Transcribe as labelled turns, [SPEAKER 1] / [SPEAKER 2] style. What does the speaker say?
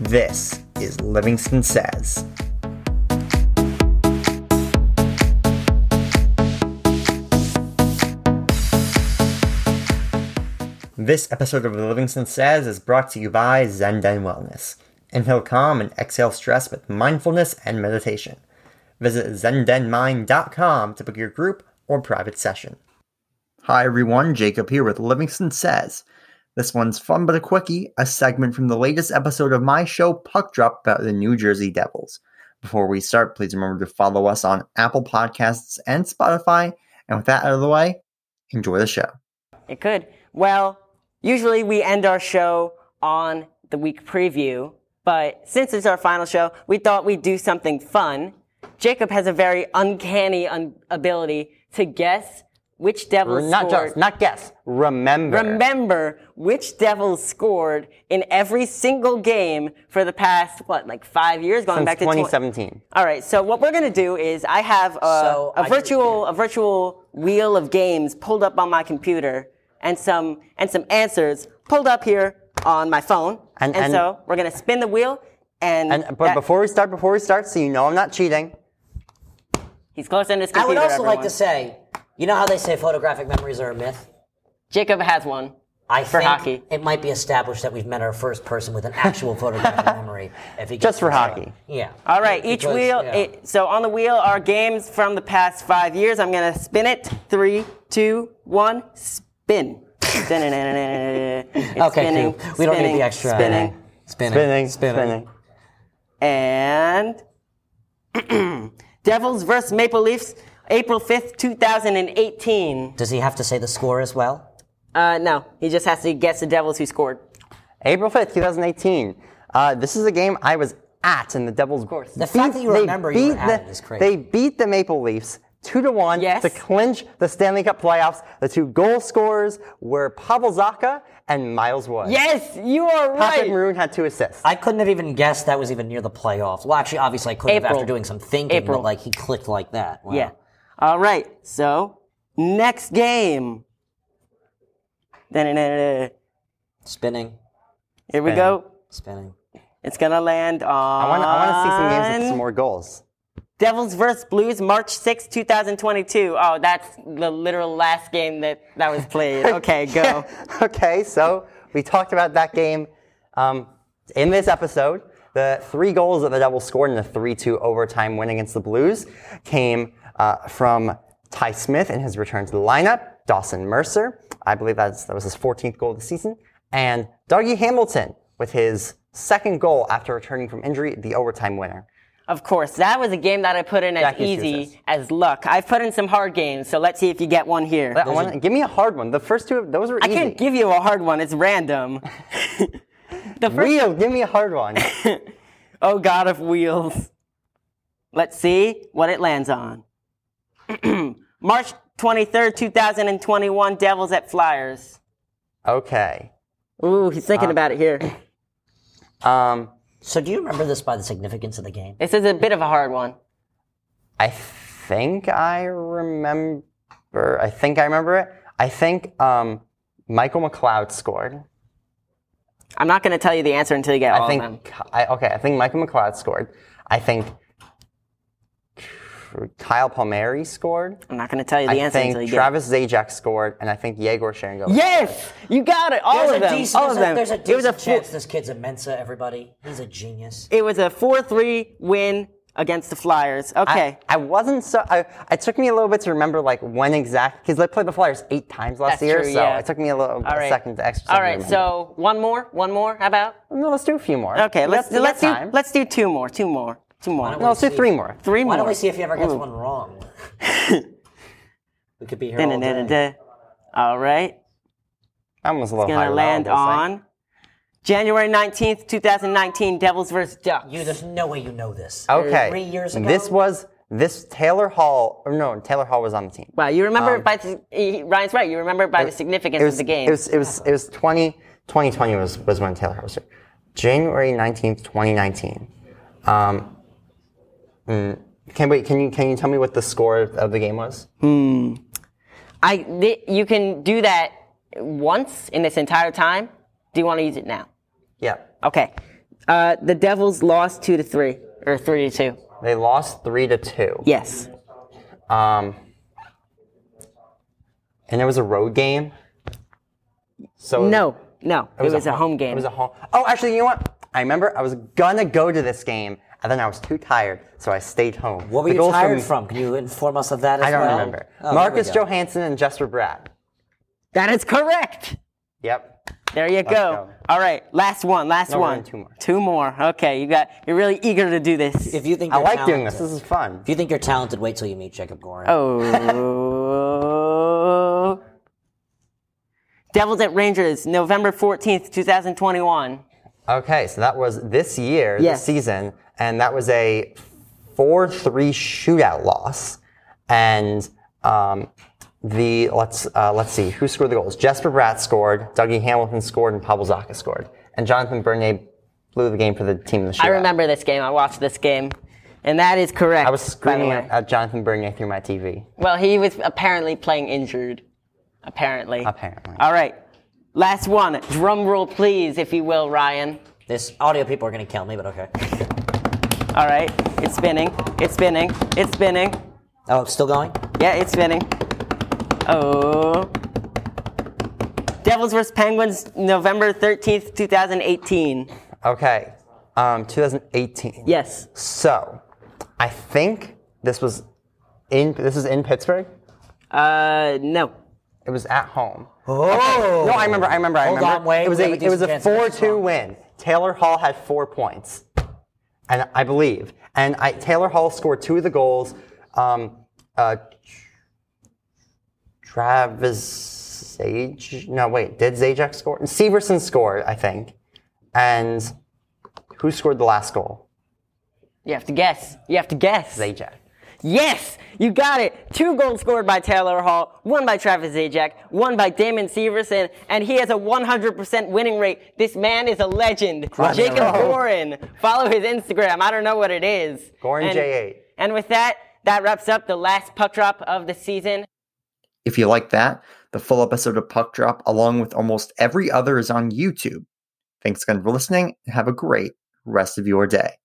[SPEAKER 1] This is Livingston Says. This episode of Livingston Says is brought to you by Zen Den Wellness. Inhale calm and exhale stress with mindfulness and meditation. Visit zendenmind.com to book your group or private session. Hi everyone, Jacob here with Livingston Says. This one's Fun But a Quickie, a segment from the latest episode of my show Puck Drop about the New Jersey Devils. Before we start, please remember to follow us on Apple Podcasts and Spotify. And with that out of the way, enjoy the show.
[SPEAKER 2] It could. Well, usually we end our show on the week preview, but since it's our final show, we thought we'd do something fun. Jacob has a very uncanny un- ability to guess which Devils
[SPEAKER 3] Not
[SPEAKER 2] scored.
[SPEAKER 3] just, not guess. Remember.
[SPEAKER 2] Remember which Devils scored in every single game for the past what, like five years, going
[SPEAKER 3] Since
[SPEAKER 2] back to twen-
[SPEAKER 3] 2017.
[SPEAKER 2] All right. So what we're gonna do is I have a,
[SPEAKER 4] So,
[SPEAKER 2] a
[SPEAKER 4] I-
[SPEAKER 2] virtual a virtual wheel of games pulled up on my computer and some and some answers pulled up here on my phone.
[SPEAKER 3] And- and-
[SPEAKER 2] so we're gonna spin the wheel and
[SPEAKER 3] And but
[SPEAKER 2] that-
[SPEAKER 3] before we start, before we start, so you know I'm not cheating.
[SPEAKER 2] he's close to his
[SPEAKER 4] I
[SPEAKER 2] computer.
[SPEAKER 4] would also like
[SPEAKER 2] everyone.
[SPEAKER 4] to say, you know how they say photographic memories are a myth?
[SPEAKER 2] Jacob has one.
[SPEAKER 4] I
[SPEAKER 2] For
[SPEAKER 4] think
[SPEAKER 2] hockey.
[SPEAKER 4] it might be established that we've met our first person with an actual photographic memory. If he
[SPEAKER 3] Just
[SPEAKER 4] gets
[SPEAKER 3] for
[SPEAKER 4] the job.
[SPEAKER 3] hockey.
[SPEAKER 4] Yeah.
[SPEAKER 2] All right, each
[SPEAKER 4] Because,
[SPEAKER 2] wheel.
[SPEAKER 4] yeah.
[SPEAKER 2] It, so on the wheel are games from the past five years. I'm gonna spin it. Three, two, one, spin. It's
[SPEAKER 4] okay,
[SPEAKER 2] spinning,
[SPEAKER 4] cool. We don't need
[SPEAKER 2] spinning,
[SPEAKER 4] the extra. uh,
[SPEAKER 2] Spinning.
[SPEAKER 4] Spinning.
[SPEAKER 3] Spinning, spinning.
[SPEAKER 2] And Devils versus Maple Leafs, April 5th, 2018.
[SPEAKER 4] Does he have to say the score as well?
[SPEAKER 2] Uh, no, he just has to guess the Devils who scored.
[SPEAKER 3] April 5th, 2018. Uh, this is a game I was at, and the Devils. Of
[SPEAKER 2] course.
[SPEAKER 4] The fact that you remember you were at it is crazy.
[SPEAKER 3] They beat the Maple Leafs two to one
[SPEAKER 2] Yes.
[SPEAKER 3] to clinch the Stanley Cup playoffs. The two goal scorers were Pavel Zaka and Miles Wood.
[SPEAKER 2] Yes, you are
[SPEAKER 3] Patrick
[SPEAKER 2] right.
[SPEAKER 3] Maroon had two assists.
[SPEAKER 4] I couldn't have even guessed that was even near the playoff. Well, actually, obviously, I couldn't have
[SPEAKER 2] April.
[SPEAKER 4] after doing some thinking,
[SPEAKER 2] April.
[SPEAKER 4] but like he clicked like that. Wow.
[SPEAKER 2] Yeah. All right. So, next game. Da-da-da-da-da.
[SPEAKER 4] Spinning,
[SPEAKER 2] Here we go.
[SPEAKER 4] spinning.
[SPEAKER 2] It's going to land on
[SPEAKER 3] I want to I wanna see some games with some more goals.
[SPEAKER 2] Devils versus Blues, March sixth, two 2022. Oh, that's the literal last game that, that was played. Okay, go.
[SPEAKER 3] okay, so we talked about that game um, in this episode. The three goals that the Devils scored in the 3 2 overtime win against the Blues came uh, from Ty Smith in his return to the lineup, Dawson Mercer, I believe that's, that was his 14th goal of the season, and Dougie Hamilton with his second goal after returning from injury, the overtime winner.
[SPEAKER 2] Of course, that was a game that I put in as
[SPEAKER 3] Jack used to assist.
[SPEAKER 2] easy as luck. I've put in some hard games, so let's see if you get one here.
[SPEAKER 3] I wanna, give me a hard one. The first two, of- those were
[SPEAKER 2] I
[SPEAKER 3] easy.
[SPEAKER 2] can't give you a hard one, it's random. the first,
[SPEAKER 3] Rio, give me a hard one.
[SPEAKER 2] oh god of wheels. Let's see what it lands on. March 23rd, 2021, Devils at Flyers. Uh,
[SPEAKER 3] Okay.
[SPEAKER 2] Ooh, he's thinking about it here.
[SPEAKER 3] Um,
[SPEAKER 4] So, do you remember this by the significance of the game?
[SPEAKER 2] This is a bit of a hard one.
[SPEAKER 3] I think I remember. I think I remember it. I think um, Michael McLeod scored.
[SPEAKER 2] I'm not going to tell you the answer until you get all
[SPEAKER 3] I
[SPEAKER 2] of them.
[SPEAKER 3] think. I, okay, I think Michael McLeod scored. I think Kyle Palmieri scored.
[SPEAKER 2] I'm not going to tell you the
[SPEAKER 3] I
[SPEAKER 2] answer
[SPEAKER 3] think
[SPEAKER 2] until you get
[SPEAKER 3] Travis Zajac scored, and I think Yegor Shengo.
[SPEAKER 2] Yes, you got it. All
[SPEAKER 4] There's
[SPEAKER 2] of
[SPEAKER 4] a
[SPEAKER 2] them.
[SPEAKER 4] decent-
[SPEAKER 2] all of
[SPEAKER 4] there's a-
[SPEAKER 2] them.
[SPEAKER 4] There's a
[SPEAKER 2] it was a
[SPEAKER 4] decent
[SPEAKER 2] four,
[SPEAKER 4] chance this kid's a Mensa. Everybody, he's a genius.
[SPEAKER 2] It was a 4-3 win against the Flyers. Okay.
[SPEAKER 3] I wasn't so. I, it took me a little bit to remember like when exact because they played the Flyers eight times last
[SPEAKER 2] That's
[SPEAKER 3] year,
[SPEAKER 2] true,
[SPEAKER 3] so
[SPEAKER 2] yeah.
[SPEAKER 3] it took me a little
[SPEAKER 2] all
[SPEAKER 3] a
[SPEAKER 2] right.
[SPEAKER 3] second to extra.
[SPEAKER 2] All
[SPEAKER 3] second to
[SPEAKER 2] right.
[SPEAKER 3] remember.
[SPEAKER 2] So one more. One more. How about?
[SPEAKER 3] no, let's do a few more.
[SPEAKER 2] Okay.
[SPEAKER 3] We
[SPEAKER 2] Let's
[SPEAKER 3] got- we
[SPEAKER 2] let's
[SPEAKER 3] got
[SPEAKER 2] do
[SPEAKER 3] time.
[SPEAKER 2] let's do two more. Two more. Two more.
[SPEAKER 3] no, let's do three more.
[SPEAKER 2] three more.
[SPEAKER 4] Why don't we see if he ever
[SPEAKER 2] Mm.
[SPEAKER 4] gets one wrong? we could be here all day.
[SPEAKER 2] Da-da-da-da-da. All right.
[SPEAKER 3] That one was a little higher
[SPEAKER 2] Gonna
[SPEAKER 3] than
[SPEAKER 2] land
[SPEAKER 3] I was like.
[SPEAKER 2] on January 19th, 2019. Devils versus Ducks.
[SPEAKER 4] You, there's no way you know this.
[SPEAKER 3] Okay.
[SPEAKER 4] Three years ago.
[SPEAKER 3] This was this Taylor Hall. Or no, Taylor Hall was on the team.
[SPEAKER 2] wow. You remember by the, he- Ryan's right. You remember by the significance
[SPEAKER 3] Um, It was
[SPEAKER 2] of the game.
[SPEAKER 3] It was it was it was 20, 2020 was was when Taylor Hall was here. January nineteenth, twenty nineteen. Um, mm, can wait? Can you can you tell me what the score of the game was?
[SPEAKER 2] I th- you can do that once in this entire time. Do you want to use it now?
[SPEAKER 3] Yeah.
[SPEAKER 2] Okay. Uh, the Devils lost two to three or three to two.
[SPEAKER 3] They lost three to two.
[SPEAKER 2] Yes.
[SPEAKER 3] Um, and it was a road game. So
[SPEAKER 2] No. No. It was, a, home game.
[SPEAKER 3] It was a home. Oh, actually, you know what? I remember I was gonna go to this game, and then I was too tired, so I stayed home.
[SPEAKER 4] What were
[SPEAKER 3] The
[SPEAKER 4] you
[SPEAKER 3] goals
[SPEAKER 4] tired from? Can you inform us of that as
[SPEAKER 3] I don't
[SPEAKER 4] well?
[SPEAKER 3] remember.
[SPEAKER 4] Oh, there
[SPEAKER 3] Marcus
[SPEAKER 4] we go.
[SPEAKER 3] Johansson and Jesper Bratt.
[SPEAKER 2] that is correct.
[SPEAKER 3] Yep.
[SPEAKER 2] There you go.
[SPEAKER 3] go.
[SPEAKER 2] All right, last one, last
[SPEAKER 3] No, we're
[SPEAKER 2] one.
[SPEAKER 3] doing two more.
[SPEAKER 2] Two more. Okay, you got. You're really eager to do this.
[SPEAKER 4] If you think
[SPEAKER 3] I
[SPEAKER 4] you're
[SPEAKER 3] like doing
[SPEAKER 4] talented-
[SPEAKER 3] this. This is fun.
[SPEAKER 4] If you think you're talented, wait till you meet Jacob Gorin.
[SPEAKER 2] oh. Devils at Rangers, November fourteenth, two thousand twenty-one.
[SPEAKER 3] Okay, so that was this year,
[SPEAKER 2] Yes.
[SPEAKER 3] this season, and that was a 4 3 shootout loss. And um, the, let's, uh, let's see, who scored the goals? Jesper Bratt scored, Dougie Hamilton scored, and Pavel Zaka scored. And Jonathan Bernier blew the game for the team in the shootout.
[SPEAKER 2] I remember this game. I watched this game, and that is correct.
[SPEAKER 3] I was
[SPEAKER 2] by
[SPEAKER 3] screaming
[SPEAKER 2] the way.
[SPEAKER 3] at Jonathan Bernier through my TV,
[SPEAKER 2] Well, he was apparently playing injured. Apparently.
[SPEAKER 3] apparently.
[SPEAKER 2] All right. Last one. Drum roll, please, if you will, Ryan.
[SPEAKER 4] This audio people are gonna kill me, but okay.
[SPEAKER 2] All right. It's spinning. It's spinning. It's spinning.
[SPEAKER 4] Oh, it's still going?
[SPEAKER 2] Yeah, it's spinning. Oh. Devils vs. Penguins, November 13th, 2018.
[SPEAKER 3] Okay, um, 2018.
[SPEAKER 2] Yes.
[SPEAKER 3] So, I think this was in, this is in Pittsburgh.
[SPEAKER 2] Uh, no.
[SPEAKER 3] It was at home.
[SPEAKER 4] Oh!
[SPEAKER 3] No, I remember. I remember. I
[SPEAKER 4] Hold
[SPEAKER 3] remember.
[SPEAKER 4] on, wait.
[SPEAKER 3] It was
[SPEAKER 4] We
[SPEAKER 3] a
[SPEAKER 4] have a
[SPEAKER 3] it was a
[SPEAKER 4] decent chance
[SPEAKER 3] four
[SPEAKER 4] of this
[SPEAKER 3] two
[SPEAKER 4] one.
[SPEAKER 3] win. Taylor Hall had four points, and I believe. And I, Taylor Hall scored two of the goals. Um, uh, Travis Sage. No, wait. Did Zajac score? Severson scored, I think. And who scored the last goal?
[SPEAKER 2] You have to guess. You have to guess.
[SPEAKER 3] Zajac.
[SPEAKER 2] Yes, you got it. Two goals scored by Taylor Hall, one by Travis Zajac, one by Damon Severson, and he has a 100% winning rate. This man is a legend. Jacob Gorin. Follow his Instagram. I don't know what it is.
[SPEAKER 3] Gorin
[SPEAKER 2] And-
[SPEAKER 3] J8.
[SPEAKER 2] And with that, that wraps up the last puck drop of the season.
[SPEAKER 1] If you like that, the full episode of Puck Drop, along with almost every other, is on YouTube. Thanks again for listening and have a great rest of your day.